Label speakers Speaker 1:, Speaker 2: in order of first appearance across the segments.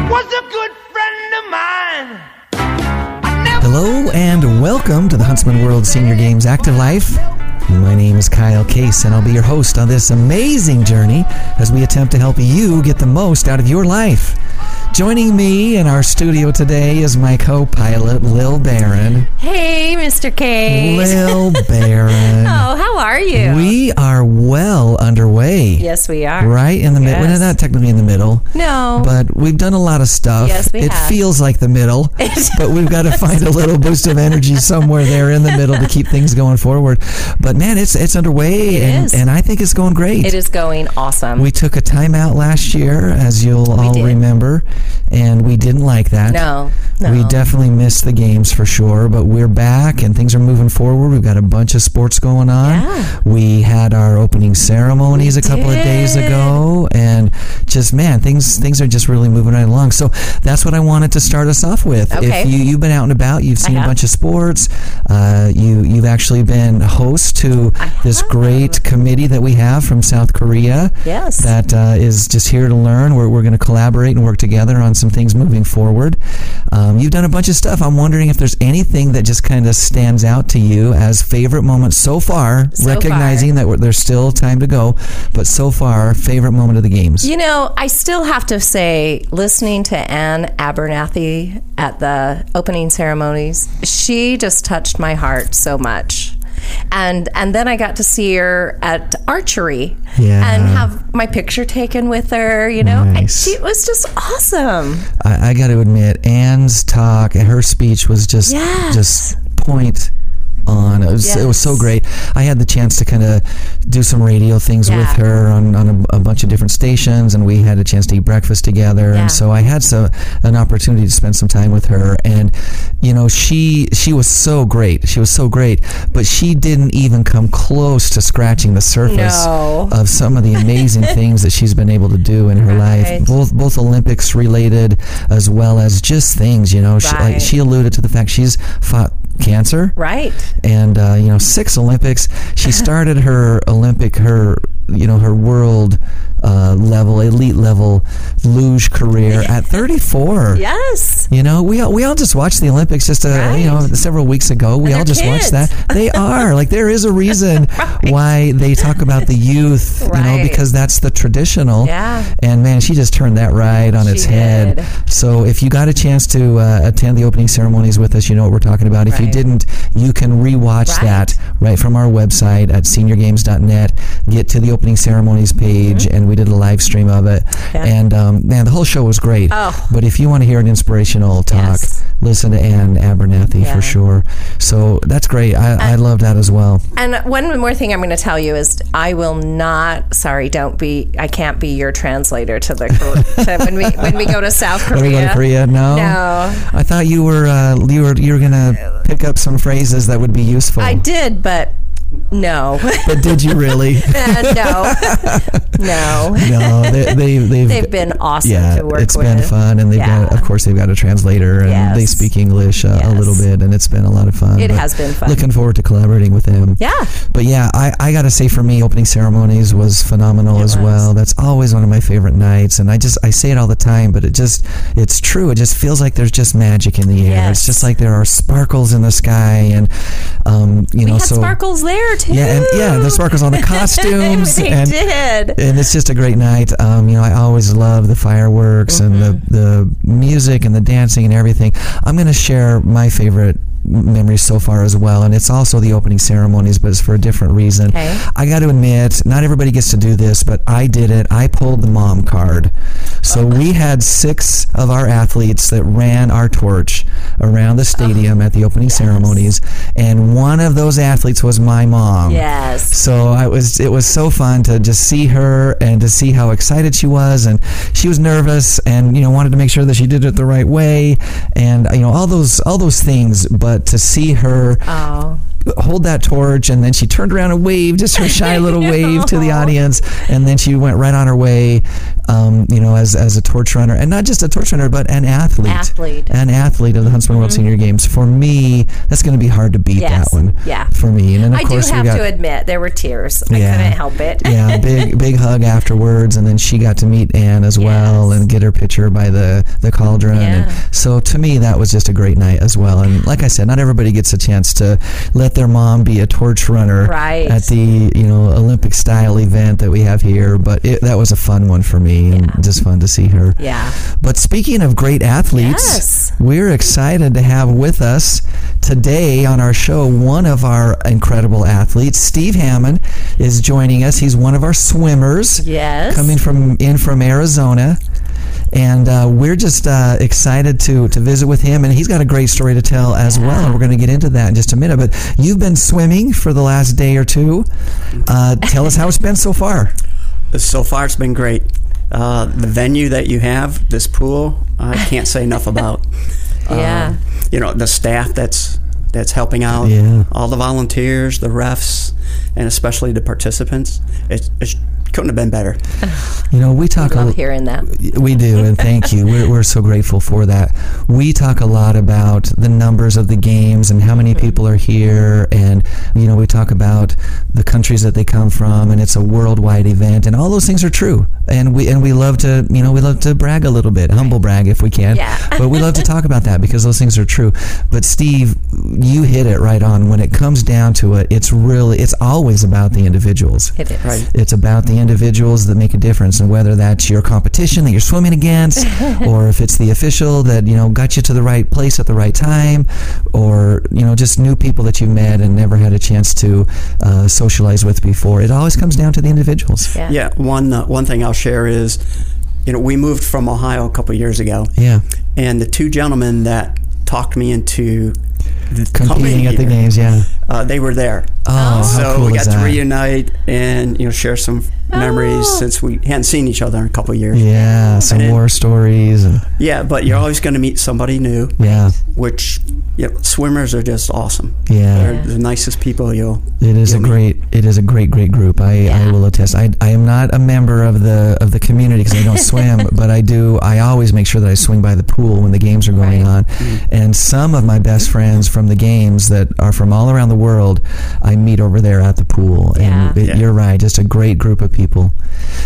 Speaker 1: good friend of mine.
Speaker 2: Hello and welcome to the Huntsman World Senior Games Active Life. My name is Kyle Case, and I'll be your host on this amazing journey as we attempt to help you get the most out of your life. Joining me in our studio today is my co pilot, Lil Barron.
Speaker 3: Hey, Mr. Case.
Speaker 2: Lil Barron.
Speaker 3: Oh, how are you?
Speaker 2: We are well underway.
Speaker 3: yes, we are.
Speaker 2: Right in the middle. Well,
Speaker 3: Yes.
Speaker 2: not technically in the middle.
Speaker 3: No.
Speaker 2: But we've done a lot of stuff.
Speaker 3: Yes, we
Speaker 2: it
Speaker 3: have.
Speaker 2: feels like the middle, but we've got to find a little boost of energy somewhere there in the middle to keep things going forward. But man, it's it's underway,
Speaker 3: It
Speaker 2: and,
Speaker 3: is.
Speaker 2: and I think it's going great.
Speaker 3: it is going awesome.
Speaker 2: We took a timeout last year, as you'll all
Speaker 3: Um, did.
Speaker 2: remember, and we didn't like that.
Speaker 3: No, no.
Speaker 2: We definitely missed the games for sure, but we're back and things are moving forward. We've got a bunch of sports going on.
Speaker 3: Yeah.
Speaker 2: We had our opening ceremonies a couple of days
Speaker 3: did.
Speaker 2: ago, and just man, things things are just really moving right along. So that's what I wanted to start us off with.
Speaker 3: Okay.
Speaker 2: If you you've been out and about, you've seen a
Speaker 3: have.
Speaker 2: bunch of sports. Uh, you you've actually been host to this great committee that we have from South Korea
Speaker 3: Yes.
Speaker 2: that uh, is just here to learn. We're, we're going to collaborate and work together on some things moving forward. Um, you've done a bunch of stuff. I'm wondering if there's anything that just kind of stands out to you as favorite moments so far,
Speaker 3: So
Speaker 2: recognizing that we're, there's still time to go, but so far, favorite moment of the games.
Speaker 3: you know, I still have to say, listening to Anne Abernathy at the opening ceremonies, she just touched my heart so much. And and then I got to see her at archery
Speaker 2: Yeah.
Speaker 3: and have my picture taken with her, you know. I-
Speaker 2: Nice.
Speaker 3: she was just awesome.
Speaker 2: I, I got to admit, Anne's talk and her speech was just
Speaker 3: Yes.
Speaker 2: just point on. It was, it was so
Speaker 3: Yes.
Speaker 2: great. I had the chance to kind of do some radio things with
Speaker 3: Yeah.
Speaker 2: her on, on a, a bunch of different stations, and we had a chance to eat breakfast together.
Speaker 3: Yeah.
Speaker 2: And so I had some an opportunity to spend some time with her, and you know she she was so great. She was so great, but she didn't even come close to scratching the surface
Speaker 3: No.
Speaker 2: of some of the amazing things that she's been able to do in her life,
Speaker 3: Right.
Speaker 2: both both Olympics related as well as just things. You know, she, like,
Speaker 3: Right.
Speaker 2: she alluded to the fact she's fought cancer,
Speaker 3: Right.
Speaker 2: and uh, you know, six Olympics. She started her Olympic her you know her world. Uh, level elite level luge career at 34
Speaker 3: Yes.
Speaker 2: you know, we all, we all just watched the Olympics just uh you know
Speaker 3: Right.
Speaker 2: several weeks ago. We
Speaker 3: And
Speaker 2: all
Speaker 3: they're
Speaker 2: just watched
Speaker 3: kids.
Speaker 2: that. They are like there is a reason why they talk about the youth, you know,
Speaker 3: Right.
Speaker 2: because that's the traditional.
Speaker 3: Yeah.
Speaker 2: And man, she just turned that right on its
Speaker 3: She
Speaker 2: head.
Speaker 3: did.
Speaker 2: So if you got a chance to uh, attend the opening ceremonies with us, you know what we're talking about. If you
Speaker 3: Right.
Speaker 2: didn't, you can rewatch
Speaker 3: Right.
Speaker 2: that right from our website at seniorgames.net. Get to the opening ceremonies page,
Speaker 3: Mm-hmm.
Speaker 2: and we did a live stream of it.
Speaker 3: Yeah.
Speaker 2: And um, man, the whole show was great.
Speaker 3: Oh.
Speaker 2: But if you want to hear an inspirational talk,
Speaker 3: Yes.
Speaker 2: listen to Ann Abernathy
Speaker 3: Yeah. Uh,
Speaker 2: for sure. So that's great. I, I love that as well.
Speaker 3: And one more thing I'm going to tell you is I will not. Sorry, don't be. I can't be your translator to the Kor- to when we when we go to South
Speaker 2: Let me
Speaker 3: Korea.
Speaker 2: go to Korea. No,
Speaker 3: No.
Speaker 2: I thought you were uh, you were you were gonna pick up some phrases that would be useful.
Speaker 3: I did, but no,
Speaker 2: but did you really?
Speaker 3: no, no.
Speaker 2: no, they, they, they've
Speaker 3: They've been awesome
Speaker 2: yeah,
Speaker 3: to work
Speaker 2: it's
Speaker 3: with.
Speaker 2: been fun, and they've got
Speaker 3: Yeah.
Speaker 2: of course they've got a translator, and
Speaker 3: Yes.
Speaker 2: they speak English uh, a
Speaker 3: Yes.
Speaker 2: little bit, and it's been a lot of fun.
Speaker 3: It
Speaker 2: but
Speaker 3: has been fun.
Speaker 2: Looking forward to collaborating with them.
Speaker 3: Yeah.
Speaker 2: but yeah, I, I gotta say for me, opening ceremonies was phenomenal as
Speaker 3: was.
Speaker 2: well. That's always one of my favorite nights, and I just I say it all the time, but it just it's true. It just feels like there's just magic in the air. It's
Speaker 3: Yes.
Speaker 2: just like there are sparkles in the sky, and um, you know,
Speaker 3: We had
Speaker 2: so
Speaker 3: sparkles there too.
Speaker 2: yeah, and yeah, the sparkles on the costumes
Speaker 3: they
Speaker 2: and
Speaker 3: did.
Speaker 2: and it's just a great night. Um, you know, I always love the fireworks and
Speaker 3: Mm-hmm.
Speaker 2: the, the music and the dancing and everything. I'm going to share my favorite memories so far as well, and it's also the opening ceremonies, but it's for a different reason.
Speaker 3: Okay.
Speaker 2: I got to admit, not everybody gets to do this, but I did it. I pulled the mom card.
Speaker 3: Oh.
Speaker 2: So we had six of our athletes that ran our torch around the stadium
Speaker 3: Oh.
Speaker 2: at the opening ceremonies, and one of those athletes was my mom.
Speaker 3: Yes.
Speaker 2: So I was it was so fun to just see her and to see how excited she was and she was nervous and you know wanted to make sure that she did it the right way and you know all those all those things but to see her
Speaker 3: Oh,
Speaker 2: hold that torch, and then she turned around and waved, just her shy little wave to the audience, and then she went right on her way. Um, you know, as as a torch runner, and not just a torch runner, but an athlete,
Speaker 3: Athlete. Mm-hmm.
Speaker 2: an athlete of the Huntsman World Senior Games. For me, that's going to be hard to beat
Speaker 3: Yes.
Speaker 2: that one.
Speaker 3: Yeah.
Speaker 2: for me, and then of
Speaker 3: I do
Speaker 2: course
Speaker 3: have
Speaker 2: we got
Speaker 3: to admit there were tears. I
Speaker 2: Yeah.
Speaker 3: couldn't help it.
Speaker 2: yeah, big big hug afterwards, and then she got to meet Anne as well
Speaker 3: Yes.
Speaker 2: and get her picture by the the cauldron.
Speaker 3: Yeah.
Speaker 2: And so to me, that was just a great night as well. And like I said, not everybody gets a chance to let their mom be a torch runner
Speaker 3: Right.
Speaker 2: at the you know Olympic style event that we have here. But it, that was a fun one for me, and just fun to see her.
Speaker 3: Yeah.
Speaker 2: But speaking of great athletes,
Speaker 3: Yes.
Speaker 2: we're excited to have with us today on our show one of our incredible athletes. Steve Hammond is joining us. He's one of our swimmers.
Speaker 3: Yes.
Speaker 2: Coming from in from Arizona. And uh, we're just uh, excited to, to visit with him, and he's got a great story to tell as well. And we're going to get into that in just a minute. But you've been swimming for the last day or two. Uh, tell us how it's been so far.
Speaker 4: So far, it's been great. Uh, the venue that you have, this pool, I can't say enough about.
Speaker 3: Yeah.
Speaker 4: Uh, you know the staff that's that's helping out.
Speaker 2: Yeah.
Speaker 4: All the volunteers, the refs, and especially the participants. It, it couldn't have been better.
Speaker 2: You know, we talk a
Speaker 3: Love
Speaker 2: lot.
Speaker 3: hearing that.
Speaker 2: We do, and thank you. We're, we're so grateful for that. We talk a lot about the numbers of the games and how many people are here, and you know, we talk about the countries that they come from, and it's a worldwide event, and all those things are true. And we and we love to, you know, we love to brag a little bit, humble brag if we can.
Speaker 3: Yeah.
Speaker 2: but we love to talk about that because those things are true. But Steve, you hit it right on. When it comes down to it, it's really, it's always about the individuals.
Speaker 3: It is.
Speaker 4: Right.
Speaker 2: It's about the individuals that make a difference, and whether that's your competition that you're swimming against, or if it's the official that you know got you to the right place at the right time, or you know just new people that you met and never had a chance to uh, socialize with before. It always comes down to the individuals.
Speaker 3: Yeah.
Speaker 4: Yeah. One uh, one thing I'll share is, you know, we moved from Ohio a couple years ago.
Speaker 2: Yeah.
Speaker 4: And the two gentlemen that talked me into the
Speaker 2: competing
Speaker 4: coming
Speaker 2: at the
Speaker 4: here,
Speaker 2: games. Yeah.
Speaker 4: uh, they were there.
Speaker 2: Oh, how
Speaker 4: so
Speaker 2: cool
Speaker 4: we
Speaker 2: is
Speaker 4: got to
Speaker 2: that?
Speaker 4: reunite and you know share some memories
Speaker 3: Oh.
Speaker 4: since we hadn't seen each other in a couple years.
Speaker 2: yeah, some
Speaker 4: And it-
Speaker 2: war stories. And,
Speaker 4: Yeah, but you're always going to meet somebody new,
Speaker 2: yeah,
Speaker 4: which you know, swimmers are just awesome.
Speaker 2: yeah.
Speaker 4: They're the nicest people you'll.
Speaker 2: It is a
Speaker 4: Yummy.
Speaker 2: great, it is a great, great group. I, I will attest. I, I am not a member of the of the community because I don't swim, but I do. I always make sure that I swing by the pool when the games are going
Speaker 3: Right. Mm.
Speaker 2: on. And some of my best friends from the games that are from all around the world, I meet over there at the pool. And
Speaker 3: Yeah.
Speaker 2: it,
Speaker 4: Yeah.
Speaker 2: you're right, just a great group of people.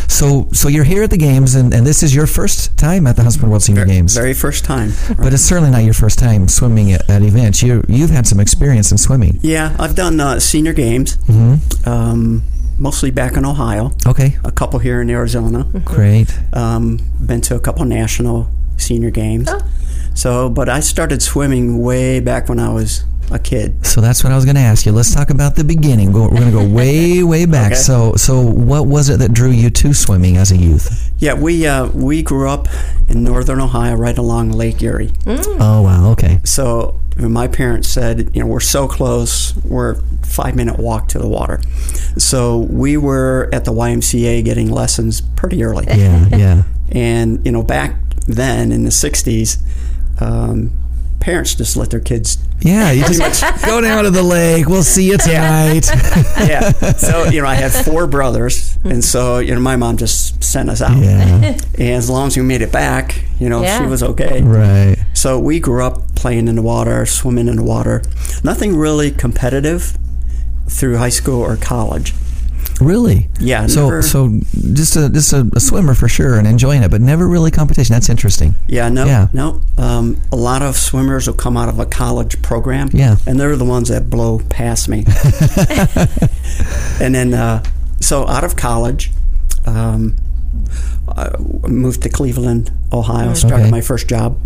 Speaker 2: So so you're here at the games, and, and this is your first time at the Huntsman World Senior Games.
Speaker 4: Very first time.
Speaker 2: but it's certainly not your first time swimming at, at events. You you've had some experience in swimming.
Speaker 4: Yeah, I've done uh, senior games, mm-hmm. um, mostly back in Ohio,
Speaker 2: Okay,
Speaker 4: a couple here in Arizona.
Speaker 2: great.
Speaker 4: Um, been to a couple national senior games. So, but I started swimming way back when I was a kid.
Speaker 2: So that's what I was going to ask you. Let's talk about the beginning. Go, we're going to go way, way back.
Speaker 4: Okay.
Speaker 2: So, so what was it that drew you to swimming as a youth?
Speaker 4: Yeah, we uh, we grew up in northern Ohio, right along Lake Erie.
Speaker 2: Oh wow, okay,
Speaker 4: So my parents said, you know, we're so close, we're five minute walk to the water. So we were at the YMCA getting lessons pretty early,
Speaker 2: yeah, yeah,
Speaker 4: and you know, back then in the '60s, um, parents just let their kids.
Speaker 2: yeah. You just go down to the lake. We'll see you tonight.
Speaker 4: Yeah. So you know, I had four brothers, and so you know, my mom just sent us out.
Speaker 2: yeah,
Speaker 4: And as long as we made it back, you know,
Speaker 3: Yeah.
Speaker 4: she was okay.
Speaker 2: right.
Speaker 4: So we grew up playing in the water, swimming in the water. Nothing really competitive through high school or college.
Speaker 2: Really?
Speaker 4: Yeah,
Speaker 2: So,
Speaker 4: never-
Speaker 2: so just a just a, a swimmer for sure and enjoying it, but never really competition. That's interesting.
Speaker 4: Yeah, no,
Speaker 2: Yeah.
Speaker 4: no. Um, a lot of swimmers will come out of a college program.
Speaker 2: Yeah.
Speaker 4: and they're the ones that blow past me. and then, uh, so out of college, um, I moved to Cleveland, Ohio. Started
Speaker 2: Okay.
Speaker 4: my first job,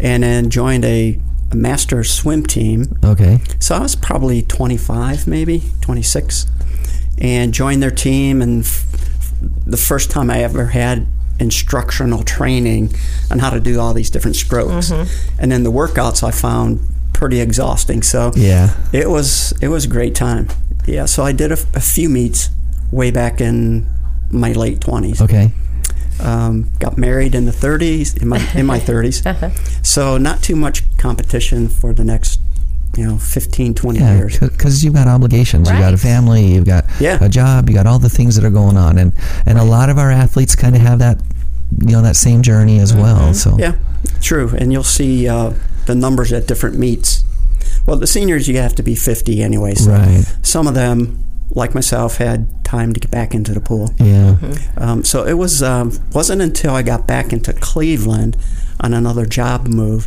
Speaker 4: and then joined a, a master swim team.
Speaker 2: Okay.
Speaker 4: So I was probably 25, maybe 26, and joined their team. And f- the first time I ever had instructional training on how to do all these different strokes, and then the workouts I found pretty exhausting. So
Speaker 2: Yeah.
Speaker 4: it was it was a great time. Yeah, so I did a, f- a few meets way back in my late 20s
Speaker 2: Okay.
Speaker 4: um, got married in the 30s in my in my 30s so not too much competition for the next you know 15 20
Speaker 2: Yeah,
Speaker 4: years
Speaker 2: because you've got obligations. You've got a
Speaker 3: Right.
Speaker 2: family. You've got
Speaker 4: Yeah.
Speaker 2: a job. You got all the things that are going on, and and a lot of our athletes kind of have that, you know, that same journey as well. So
Speaker 4: Mm-hmm. yeah true and you'll see uh, the numbers at different meets well the seniors you have to be 50 anyway so
Speaker 2: Right.
Speaker 4: some of them like myself had time to get back into the pool
Speaker 2: yeah,
Speaker 4: Um, so it was um, wasn't until I got back into Cleveland on another job move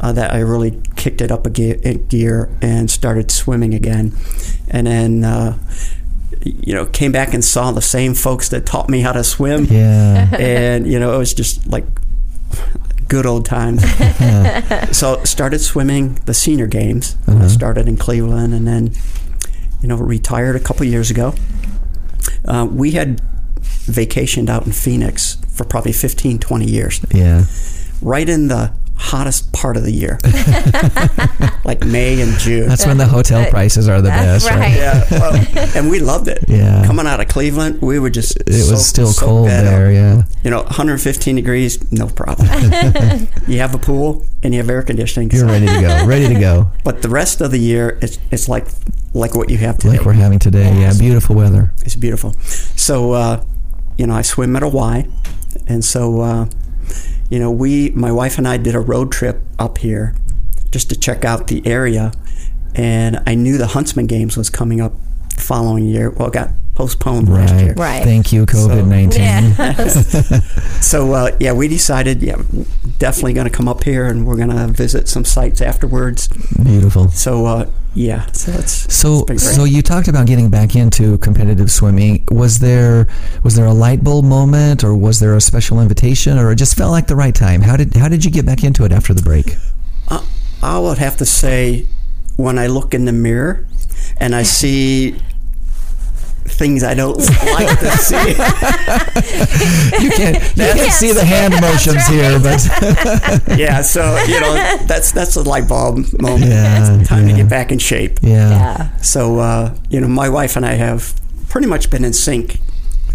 Speaker 4: uh, that I really kicked it up a ge- a gear and started swimming again, and then. Uh, you know, came back and saw the same folks that taught me how to swim,
Speaker 2: yeah.
Speaker 4: and you know, it was just like good old times. so started swimming the senior games.
Speaker 2: Mm-hmm.
Speaker 4: I started in Cleveland, and then you know retired a couple years ago. Uh, we had vacationed out in Phoenix for probably 15, 20 years,
Speaker 2: Yeah.
Speaker 4: right in the hottest part of the year, like May and June.
Speaker 2: That's when the hotel prices are the
Speaker 3: That's
Speaker 2: best. Right.
Speaker 3: right.
Speaker 4: yeah, well, and we loved it.
Speaker 2: Yeah.
Speaker 4: coming out of Cleveland, we were just
Speaker 2: It was still cold there. Yeah.
Speaker 4: you know, 115 degrees, no problem. you have a pool and you have air conditioning.
Speaker 2: You're ready to go. Ready to go.
Speaker 4: But the rest of the year, it's, it's like like what you have today.
Speaker 2: Like we're having today. Yeah. Beautiful weather.
Speaker 4: it's beautiful. So, uh, you know, I swim at a Y, and so, uh, you know, we, my wife and I, did a road trip up here just to check out the area, and I knew the Huntsman Games was coming up the following year. Well, it got postponed last year.
Speaker 2: Right.
Speaker 3: Right.
Speaker 2: Thank you, COVID nineteen.
Speaker 4: So uh, yeah, we decided yeah, definitely going to come up here and we're going to visit some sites afterwards.
Speaker 2: Beautiful.
Speaker 4: So uh, yeah, so it's
Speaker 2: So,
Speaker 4: been great.
Speaker 2: so you talked about getting back into competitive swimming. Was there was there a light bulb moment, or was there a special invitation, or it just felt like the right time? How did how did you get back into it after the break?
Speaker 4: I, I would have to say when I look in the mirror and I see things I don't like to see.
Speaker 2: You can't you can't
Speaker 3: can't
Speaker 2: see the
Speaker 3: see
Speaker 2: hand
Speaker 3: it, that's
Speaker 2: motions here, but
Speaker 4: Yeah, so you know that's that's a light bulb moment.
Speaker 2: Yeah,
Speaker 4: Time
Speaker 2: yeah.
Speaker 4: to get back in shape.
Speaker 2: yeah,
Speaker 3: Yeah.
Speaker 4: So uh, you know, my wife and I have pretty much been in sync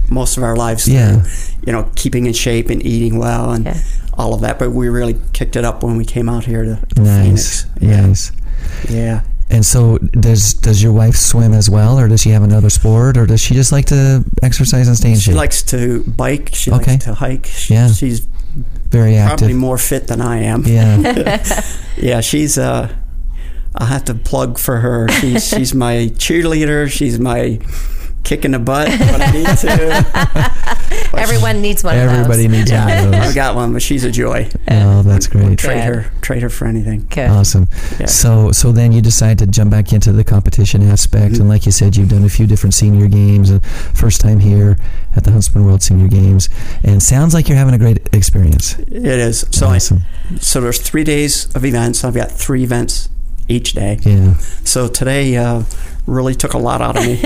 Speaker 4: most of our lives. through,
Speaker 2: Yeah.
Speaker 4: you know, keeping in shape and eating well and
Speaker 3: Yeah.
Speaker 4: all of that. But we really kicked it up when we came out here to to
Speaker 2: nice,
Speaker 4: Phoenix.
Speaker 2: nice.
Speaker 4: Yeah, yeah.
Speaker 2: And so, does does your wife swim as well, or does she have another sport, or does she just like to exercise and stay in
Speaker 4: She
Speaker 2: shape?
Speaker 4: likes to bike. She
Speaker 2: Okay.
Speaker 4: likes to hike. She,
Speaker 2: Yeah.
Speaker 4: she's
Speaker 2: Very
Speaker 4: probably
Speaker 2: active.
Speaker 4: more fit than I am.
Speaker 2: yeah,
Speaker 4: Yeah, she's. Uh, I'll have to plug for her. She's she's my cheerleader. She's my kick in the butt when I need to.
Speaker 3: Everyone needs one
Speaker 2: everybody
Speaker 3: of
Speaker 2: needs one of
Speaker 4: I've
Speaker 2: those.
Speaker 4: got one, but she's a joy.
Speaker 2: Oh, that's great.
Speaker 4: Trade
Speaker 3: Yeah.
Speaker 4: her, trade her for anything.
Speaker 3: those. Everybody.
Speaker 2: Awesome.
Speaker 4: Yeah.
Speaker 2: So so then you decide to jump back into the competition aspect, and like you said, you've done a few different senior games, and first time here at the Huntsman World Senior Games, and sounds like you're having a great experience.
Speaker 4: It is. So I,
Speaker 2: awesome.
Speaker 4: so there's three days of events. I've got three events each day.
Speaker 2: Yeah.
Speaker 4: So today uh, really took a lot out of me,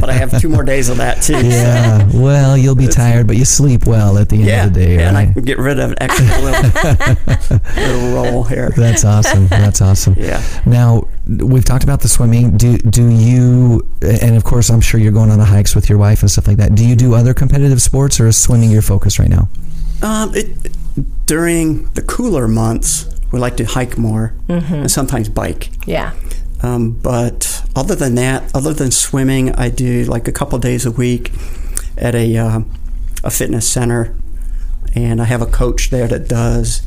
Speaker 4: but I have two more days of that too.
Speaker 2: Yeah. well, you'll be tired, but you sleep well at the end
Speaker 4: Yeah,
Speaker 2: of the day.
Speaker 4: and I
Speaker 2: right?
Speaker 4: can get rid of an extra little, little roll here.
Speaker 2: That's awesome. That's awesome.
Speaker 4: Yeah.
Speaker 2: Now we've talked about the swimming. Do do you? And of course, I'm sure you're going on the hikes with your wife and stuff like that. Do you do other competitive sports, or is swimming your focus right now?
Speaker 4: Um, it, during the cooler months, we like to hike more and sometimes bike.
Speaker 3: Yeah.
Speaker 4: Um, but other than that, other than swimming, I do like a couple days a week at a uh, a fitness center, and I have a coach there that does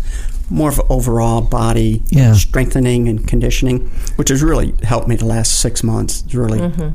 Speaker 4: more of overall body
Speaker 2: Yeah.
Speaker 4: strengthening and conditioning, which has really helped me the last six months. It's really
Speaker 3: Mm-hmm.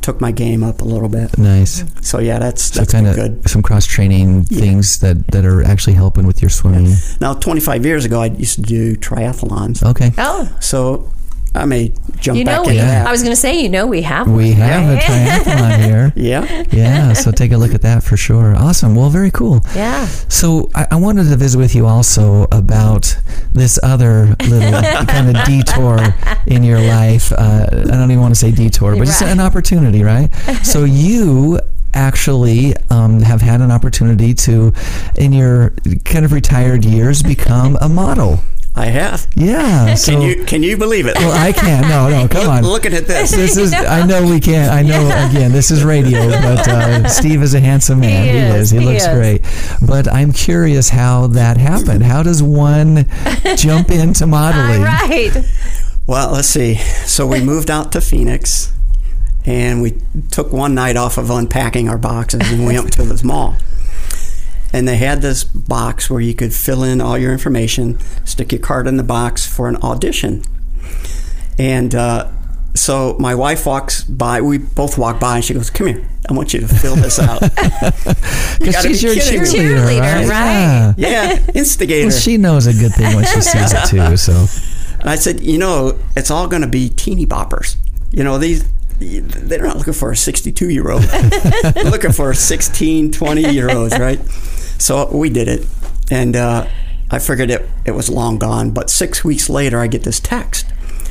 Speaker 4: took my game up a little bit.
Speaker 2: Nice.
Speaker 4: So yeah, that's
Speaker 2: So
Speaker 4: that's
Speaker 2: kind
Speaker 4: been
Speaker 2: of
Speaker 4: good.
Speaker 2: some cross training things that, that are actually helping with your swimming.
Speaker 4: Now, 25 years ago, I used to do triathlons,
Speaker 2: Okay.
Speaker 3: Oh,
Speaker 4: so I may jump
Speaker 3: you know
Speaker 4: back
Speaker 3: we.
Speaker 4: into
Speaker 3: I
Speaker 4: that.
Speaker 3: was going to say you know we have.
Speaker 2: We have a triathlon here.
Speaker 4: Yeah.
Speaker 2: Yeah, so take a look at that for sure. Awesome. Well, very cool.
Speaker 3: Yeah.
Speaker 2: So I, I wanted to visit with you also about this other little kind of detour in your life. Uh, I don't even want to say detour, but just
Speaker 3: Right.
Speaker 2: an opportunity, right? So you actually um, have had an opportunity to, in your kind of retired years, become a model.
Speaker 4: I have.
Speaker 2: Yeah. So,
Speaker 4: Can you can you believe it?
Speaker 2: Well, I can't. No, no. Come on.
Speaker 4: Looking at this.
Speaker 2: This is. I know we can't. I know. Again, this is radio, but uh, Steve is a handsome man. He is.
Speaker 3: is,
Speaker 2: He,
Speaker 3: he
Speaker 2: looks
Speaker 3: is.
Speaker 2: great. But I'm curious how that happened. How does one jump into modeling?
Speaker 3: Right.
Speaker 4: Well, let's see. So we moved out to Phoenix, and we took one night off of unpacking our boxes, and we went to this mall. And they had this box where you could fill in all your information, stick your card in the box for an audition. And uh, so my wife walks by. We both walk by, and she goes, "Come here, I want you to fill this out." You
Speaker 2: Because
Speaker 4: gotta
Speaker 2: she's
Speaker 4: be
Speaker 2: your
Speaker 4: kidding me.
Speaker 2: cheerleader, right?
Speaker 3: Cheerleader, right.
Speaker 2: Yeah.
Speaker 4: yeah, instigator.
Speaker 2: Well, she knows a good thing when she sees it too. So
Speaker 4: And I said, you know, it's all going to be teeny boppers. You know, these they're not looking for a 62 year old. they're looking for 16, 20 year olds, right? So we did it, and uh, I figured it it was long gone. But six weeks later, I get this text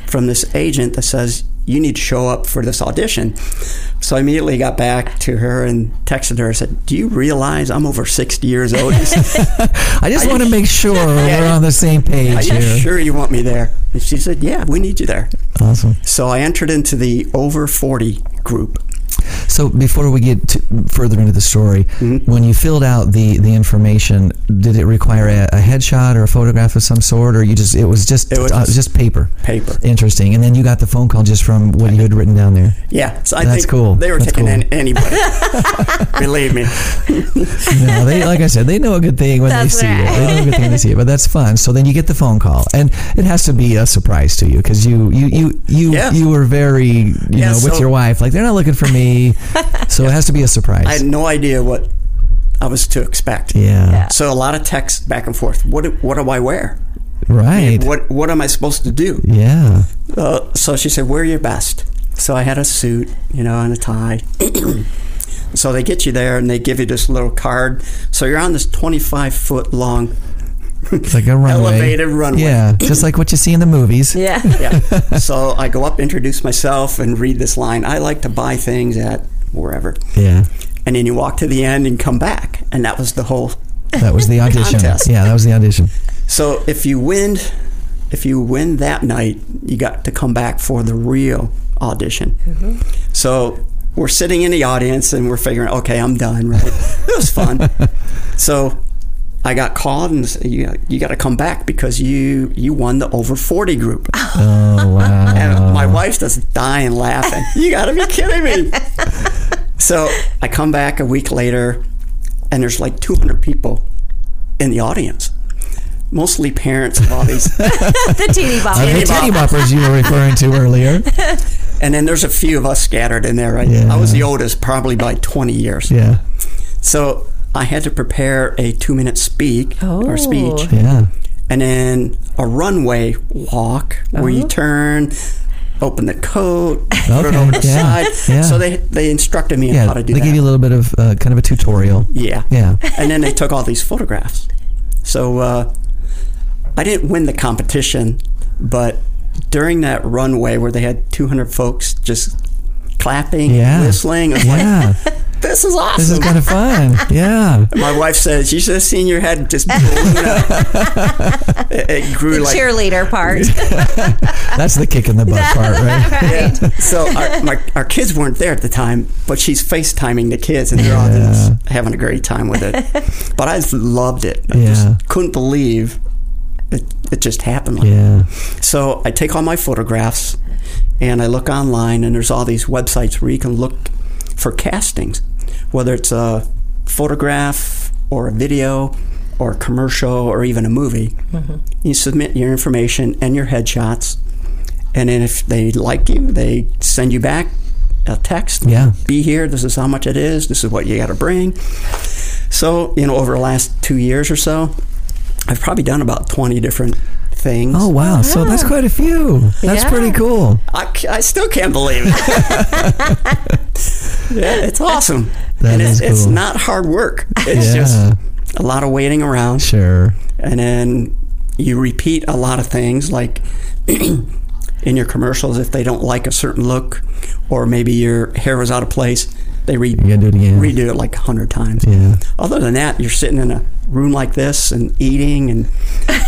Speaker 4: from this agent that says you need to show up for this audition. So I immediately got back to her and texted her. I said, "Do you realize I'm over 60 years old?" She said,
Speaker 2: I just want to make sure we're on the same
Speaker 4: Are
Speaker 2: page
Speaker 4: you
Speaker 2: here.
Speaker 4: sure you want me there? And she said, "Yeah, we need you there."
Speaker 2: Awesome.
Speaker 4: So I entered into the over 40 group.
Speaker 2: So before we get to further into the story,
Speaker 4: Mm-hmm.
Speaker 2: when you filled out the, the information, did it require a, a headshot or a photograph of some sort, or you just it was just
Speaker 4: It was
Speaker 2: uh,
Speaker 4: just-
Speaker 2: just paper?
Speaker 4: paper.
Speaker 2: Interesting. And then you got the phone call just from what you had written down there.
Speaker 4: Yeah, so I
Speaker 2: That's
Speaker 4: think
Speaker 2: cool.
Speaker 4: they were
Speaker 2: That's
Speaker 4: taking
Speaker 2: cool.
Speaker 4: an- anybody. Believe me.
Speaker 2: No, they like I said, they know a good thing when
Speaker 3: That's
Speaker 2: they see
Speaker 3: right.
Speaker 2: it. They know a good thing when they see it, but that's fun. So then you get the phone call, and it has to be a surprise to you because you you you you
Speaker 4: Yeah.
Speaker 2: you were very you
Speaker 4: Yeah,
Speaker 2: know with
Speaker 4: so-
Speaker 2: your wife like they're not looking for me, so it has to be a surprise.
Speaker 4: I had no idea what I was to expect.
Speaker 2: yeah.
Speaker 4: So a lot of text back and forth. What do, what do I wear?
Speaker 2: right.
Speaker 4: What what am I supposed to do?
Speaker 2: yeah,
Speaker 4: Uh, so she said, "Wear your best." So I had a suit, you know, and a tie. so they get you there and they give you this little card. So you're on this 25 foot long
Speaker 2: it's like a runway.
Speaker 4: elevated runway.
Speaker 2: Yeah, just like what you see in the movies.
Speaker 3: Yeah.
Speaker 4: yeah. So I go up, introduce myself, and read this line. I like to buy things at wherever.
Speaker 2: Yeah,
Speaker 4: And then you walk to the end and come back. And that was the whole.
Speaker 2: that was the audition.
Speaker 4: Contest.
Speaker 2: yeah, that was the audition.
Speaker 4: So if you win, if you win that night, you got to come back for the real audition.
Speaker 2: Mm-hmm.
Speaker 4: So we're sitting in the audience and we're figuring, okay, I'm done, right? it was fun. So I got called and said, you, you got to come back because you, you won the over 40 group.
Speaker 2: Oh wow.
Speaker 4: And my wife's just dying laughing. You gotta be kidding me. so I come back a week later, and there's like 200 people in the audience, mostly parents of all these.
Speaker 3: the teeny bop.
Speaker 2: The teddy boppers you were referring to earlier.
Speaker 4: and then there's a few of us scattered in there, right? I was the oldest, probably by 20 years.
Speaker 2: Yeah,
Speaker 4: So I had to prepare a two minute speak
Speaker 3: Oh.
Speaker 4: or speech,
Speaker 2: yeah.
Speaker 4: and then a runway walk where you turn. Open the coat, put it
Speaker 2: Oh. Okay,
Speaker 4: over the
Speaker 2: yeah,
Speaker 4: side.
Speaker 2: yeah.
Speaker 4: So they they instructed me on
Speaker 2: Yeah,
Speaker 4: how to do
Speaker 2: they
Speaker 4: that.
Speaker 2: gave you a little bit of uh, kind of a tutorial.
Speaker 4: Yeah.
Speaker 2: Yeah.
Speaker 4: And then they took all these photographs. So uh, I didn't win the competition, but during that runway where they had 200 folks just clapping,
Speaker 2: Yeah.
Speaker 4: whistling, I was
Speaker 2: Yeah.
Speaker 4: like, this is awesome.
Speaker 2: This is kind of fun. Yeah.
Speaker 4: My wife says, you should have seen your head just balloon up. it, it grew
Speaker 3: The
Speaker 4: like.
Speaker 3: cheerleader part.
Speaker 2: That's the kick in the butt part, right?
Speaker 4: Yeah. So our, my, our kids weren't there at the time, but she's FaceTiming the kids, and they're all just having a great time with it. But I just loved it. I
Speaker 2: Yeah.
Speaker 4: just couldn't believe it, it just happened like
Speaker 2: Yeah.
Speaker 4: So I take all my photographs and I look online, and there's all these websites where you can look for castings, whether it's a photograph or a video or a commercial or even a movie. You submit your information and your headshots, and then if they like you, they send you back a text.
Speaker 2: Yeah.
Speaker 4: Be here. This is how much it is. This is what you got to bring. So, you know, over the last two years or so, I've probably done about 20 different things.
Speaker 2: Oh wow. So that's
Speaker 4: Uh-huh.
Speaker 2: quite a few. That's
Speaker 3: Yeah.
Speaker 2: pretty cool.
Speaker 4: I, c- I still can't believe it. yeah, it's awesome.
Speaker 2: That
Speaker 4: and
Speaker 2: is
Speaker 4: it's, it's
Speaker 2: cool.
Speaker 4: not hard work. It's
Speaker 2: Yeah.
Speaker 4: just a lot of waiting around.
Speaker 2: Sure.
Speaker 4: And then you repeat a lot of things, like in your commercials, if they don't like a certain look, or maybe your hair was out of place, they re-
Speaker 2: You gotta do it again.
Speaker 4: redo it like a hundred times.
Speaker 2: Yeah.
Speaker 4: Other than that, you're sitting in a room like this and eating, and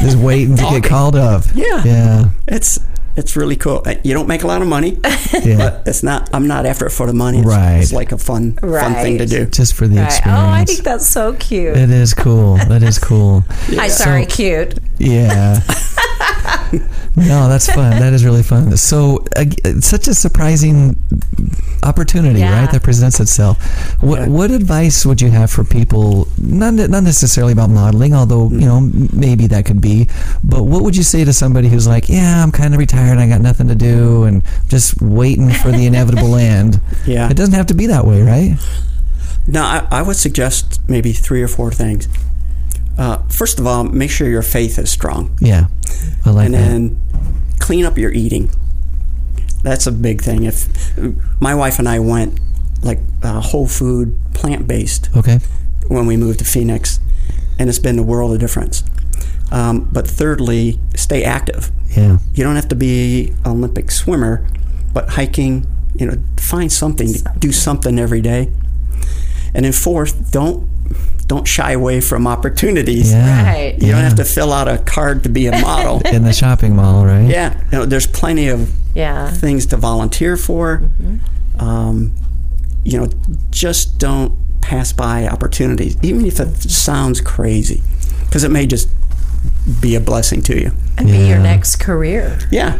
Speaker 2: Just waiting to get called up.
Speaker 4: Yeah.
Speaker 2: Yeah.
Speaker 4: it's it's really cool. Uh, You don't make a lot of money.
Speaker 2: Yeah.
Speaker 4: It's not. I'm not after it for the money. It's,
Speaker 2: Right.
Speaker 4: It's like a fun, fun
Speaker 3: Right.
Speaker 4: thing to do.
Speaker 2: Just for the
Speaker 3: Right. Oh,
Speaker 2: experience.
Speaker 3: I think that's so cute.
Speaker 2: it is cool. That is cool.
Speaker 3: I'm sorry,
Speaker 2: So-
Speaker 3: cute.
Speaker 2: Yeah. No, that's fun. That is really fun. So, uh, such a surprising opportunity,
Speaker 3: Yeah.
Speaker 2: right? That presents itself. What
Speaker 4: Yeah.
Speaker 2: what advice would you have for people? Not ne- not necessarily about modeling, although you know m- maybe that could be. But what would you say to somebody who's like, "Yeah, I'm kind of retired. I got nothing to do, and just waiting for the inevitable end."
Speaker 4: Yeah.
Speaker 2: it doesn't have to be that way, right?
Speaker 4: No, I, I would suggest maybe three or four things. Uh, first of all, make sure your faith is strong.
Speaker 2: Yeah, I like
Speaker 4: and
Speaker 2: that.
Speaker 4: then clean up your eating. That's a big thing. If my wife and I went like uh, whole food, plant based
Speaker 2: okay.
Speaker 4: when we moved to Phoenix, and it's been a world of difference. Um, but thirdly, stay active.
Speaker 2: Yeah.
Speaker 4: You don't have to be an Olympic swimmer, but hiking, you know, find something, to do something every day. And then fourth, don't don't shy away from opportunities.
Speaker 2: Yeah.
Speaker 3: Right.
Speaker 4: You don't have to fill out a card to be a model.
Speaker 2: In the shopping mall, right?
Speaker 4: Yeah, you know, there's plenty of
Speaker 3: Yeah.
Speaker 4: things to volunteer for.
Speaker 2: Mm-hmm.
Speaker 4: Um, you know, just don't pass by opportunities, even if it sounds crazy, because it may just be a blessing to you.
Speaker 3: And be your
Speaker 2: Yeah.
Speaker 3: next career.
Speaker 4: Yeah,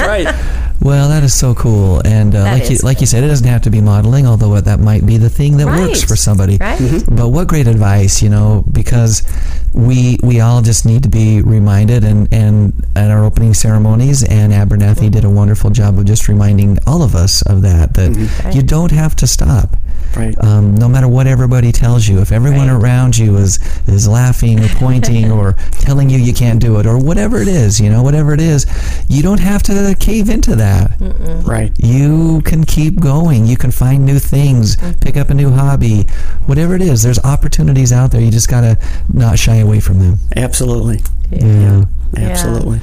Speaker 4: right.
Speaker 2: Well, that is so cool, and uh,
Speaker 3: That
Speaker 2: like you,
Speaker 3: is
Speaker 2: like you said, it doesn't have to be modeling, although that might be the thing that works
Speaker 3: Right.
Speaker 2: for somebody.
Speaker 3: Right.
Speaker 4: Mm-hmm.
Speaker 2: But what great advice, you know, because we we all just need to be reminded, and and at our opening ceremonies, and Abernathy did a wonderful job of just reminding all of us of that that
Speaker 4: Mm-hmm.
Speaker 2: you don't have to stop.
Speaker 4: Right.
Speaker 2: Um, no matter what everybody tells you, if everyone
Speaker 3: Right.
Speaker 2: around you is is laughing or pointing or telling you you can't do it or whatever it is, you know, whatever it is, you don't have to cave into that
Speaker 4: Right.
Speaker 2: you can keep going. You can find new things, pick up a new hobby, whatever it is. There's opportunities out there. You just gotta not shy away from them.
Speaker 4: Absolutely.
Speaker 2: Yeah.
Speaker 4: Absolutely.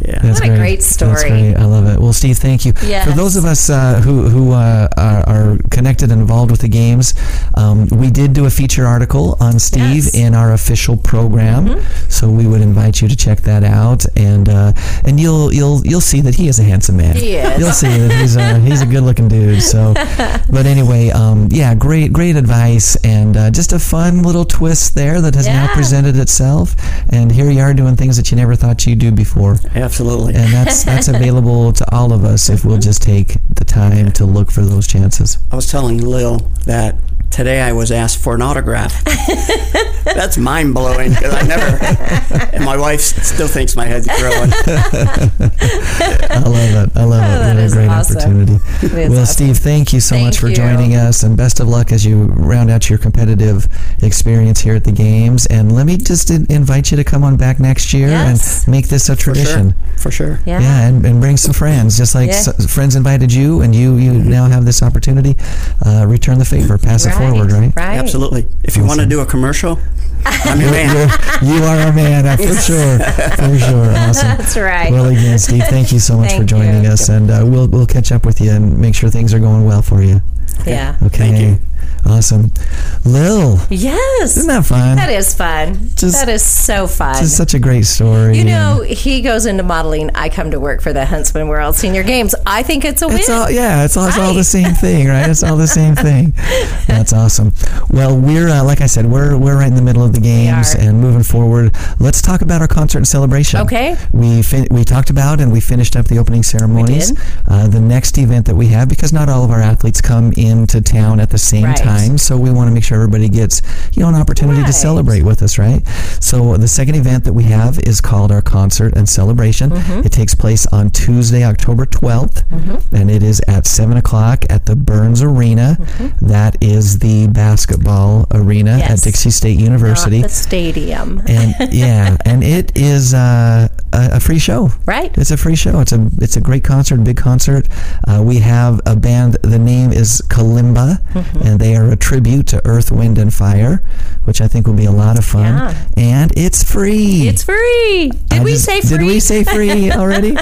Speaker 4: Yeah.
Speaker 2: That's
Speaker 3: What a great story.
Speaker 2: That's great. I love it. Well, Steve, thank you. For
Speaker 3: Yes.
Speaker 2: those of us uh, who, who uh, are, are connected and involved with the games, um, we did do a feature article on Steve
Speaker 3: Yes. Mm-hmm.
Speaker 2: in our official program. So we would invite you to check that out, and uh, and you'll you'll you'll see that he is a handsome man.
Speaker 3: He is.
Speaker 2: You'll see that he's a he's a good looking dude. So, but anyway, um, yeah, great great advice, and uh, just a fun little twist there that has now
Speaker 3: Yeah.
Speaker 2: presented itself, and here you are doing things that you never thought you'd do before
Speaker 4: Absolutely.
Speaker 2: and that's that's available to all of us if we'll just take the time to look for those chances.
Speaker 4: I was telling Lil that today I was asked for an autograph. That's mind blowing because I never, and my wife s- still thinks my head's growing.
Speaker 2: I love it. I love it.
Speaker 3: that
Speaker 2: what a
Speaker 3: is
Speaker 2: great
Speaker 3: awesome.
Speaker 2: opportunity.
Speaker 3: is
Speaker 2: Well,
Speaker 3: awesome.
Speaker 2: Steve, thank you so
Speaker 3: Thank
Speaker 2: much for
Speaker 3: you.
Speaker 2: joining us, and best of luck as you round out your competitive experience here at the games. And let me just in- invite you to come on back next year
Speaker 3: Yes.
Speaker 2: and make this a
Speaker 4: For
Speaker 2: tradition.
Speaker 4: sure. For sure.
Speaker 3: Yeah.
Speaker 2: Yeah, and, and bring some friends. Just like
Speaker 3: Yeah.
Speaker 2: s- friends invited you, and you you now have this opportunity. Uh, return the favor, pass it forward, right?
Speaker 3: Right.
Speaker 4: Absolutely. If you want to do a commercial, I'm your man.
Speaker 2: You're- you are a man, uh, for sure. For sure. Awesome.
Speaker 3: That's right.
Speaker 2: Well, again, Steve, thank you so much for
Speaker 3: Thank
Speaker 2: joining
Speaker 3: you.
Speaker 2: us, and uh, we'll we'll catch up with you and make sure things are going well for you.
Speaker 3: Yeah.
Speaker 2: Okay.
Speaker 4: Thank you.
Speaker 2: Awesome. Lil,
Speaker 3: Yes.
Speaker 2: isn't that fun?
Speaker 3: That is fun.
Speaker 2: Just-
Speaker 3: that is so fun.
Speaker 2: This is such a great story.
Speaker 3: you
Speaker 2: and
Speaker 3: know, he goes into modeling. I come to work for the Huntsman World Senior Games. I think it's a win.
Speaker 2: It's all yeah. It's all, it's all the
Speaker 3: Right.
Speaker 2: same thing, right? It's all the same thing. That's awesome. Well, we're uh, like I said, we're we're right in the middle of the games
Speaker 3: are.
Speaker 2: and moving forward. Let's talk about our concert and celebration.
Speaker 3: Okay.
Speaker 2: We fin- we talked about and we finished up the opening ceremonies.
Speaker 3: did.
Speaker 2: Uh, the next event that we have, because not all of our athletes come into town at the same
Speaker 3: Right.
Speaker 2: time, so we want to make sure everybody gets you know an opportunity to
Speaker 3: Right.
Speaker 2: celebrate with us, right? So the second event that we have is called our concert and celebration.
Speaker 3: Mm-hmm.
Speaker 2: It takes place on Tuesday, October 12th, and it is at seven o'clock at the Burns Arena. That is the basketball arena
Speaker 3: Mm-hmm. Yes.
Speaker 2: at Dixie State University.
Speaker 3: Not the stadium.
Speaker 2: and yeah, and it is uh, a, a free show.
Speaker 3: Right.
Speaker 2: It's a free show. It's a it's a great concert, big concert. Uh, we have a band. The name is Kalimba,
Speaker 3: Mm-hmm.
Speaker 2: and they are a tribute to Earth, Wind, and Fire, which I think will be a lot of fun.
Speaker 3: Yeah.
Speaker 2: And it's free.
Speaker 3: It's free. Did
Speaker 2: I
Speaker 3: we
Speaker 2: just-
Speaker 3: say free?
Speaker 2: Did we say free already?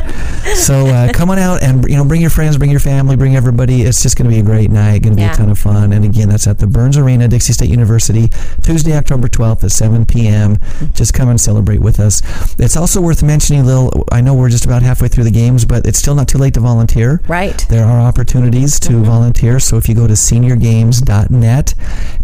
Speaker 2: so uh, come on out and you know bring your friends, bring your family, bring everybody. It's just going to be a great night. Going to be
Speaker 3: Yeah.
Speaker 2: a ton of fun. And again, that's at the Burns Arena, Dixie State University, Tuesday, October twelfth at seven p.m. Just come and celebrate with us. It's also worth mentioning mentioning, Lil, I know we're just about halfway through the games, but it's still not too late to volunteer.
Speaker 3: Right.
Speaker 2: There are opportunities
Speaker 3: Mm-hmm.
Speaker 2: to volunteer. So if you go to seniorgames.net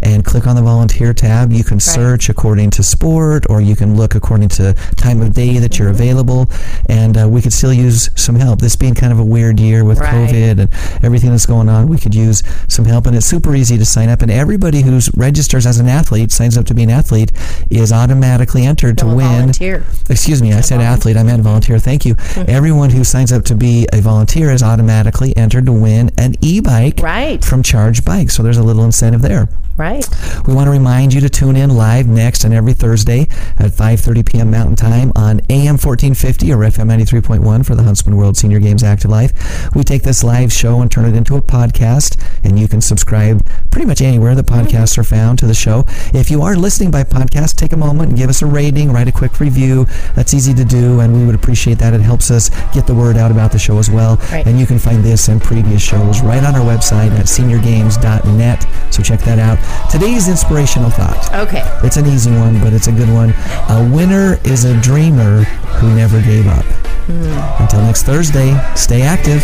Speaker 2: and click on the volunteer tab, you can search according to sport or you can look according to time of day that you're
Speaker 3: Mm-hmm.
Speaker 2: available. And uh, we could still use some help. This being kind of a weird year with
Speaker 3: Right.
Speaker 2: COVID and everything that's going on, we could use some help. And it's super easy to sign up. And everybody who's registers as an athlete, signs up to be an athlete, is automatically entered to
Speaker 3: They'll
Speaker 2: win.
Speaker 3: volunteer.
Speaker 2: Excuse me, I said athlete, I meant volunteer. Thank you. Everyone who signs up to be a volunteer is automatically entered to win an e bike
Speaker 3: Right.
Speaker 2: from Charge Bike. So there's a little incentive there.
Speaker 3: Right.
Speaker 2: We want to remind you to tune in live next and every Thursday at 5:30 p.m. Mountain Time on AM 1450 or FM 93.1 for the Huntsman World Senior Games Active Life. We take this live show and turn it into a podcast, and you can subscribe pretty much anywhere the podcasts are found to the show. If you are listening by podcast, take a moment and give us a rating, write a quick review. That's easy to do, and we would appreciate that. It helps us get the word out about the show as well.
Speaker 3: Right.
Speaker 2: And you can find this and previous shows right on our website at seniorgames.net. So check that out. Today's inspirational thought.
Speaker 3: Okay.
Speaker 2: It's an easy one, but it's a good one. A winner is a
Speaker 3: Hmm.
Speaker 2: dreamer who never gave up. Until next Thursday, stay active.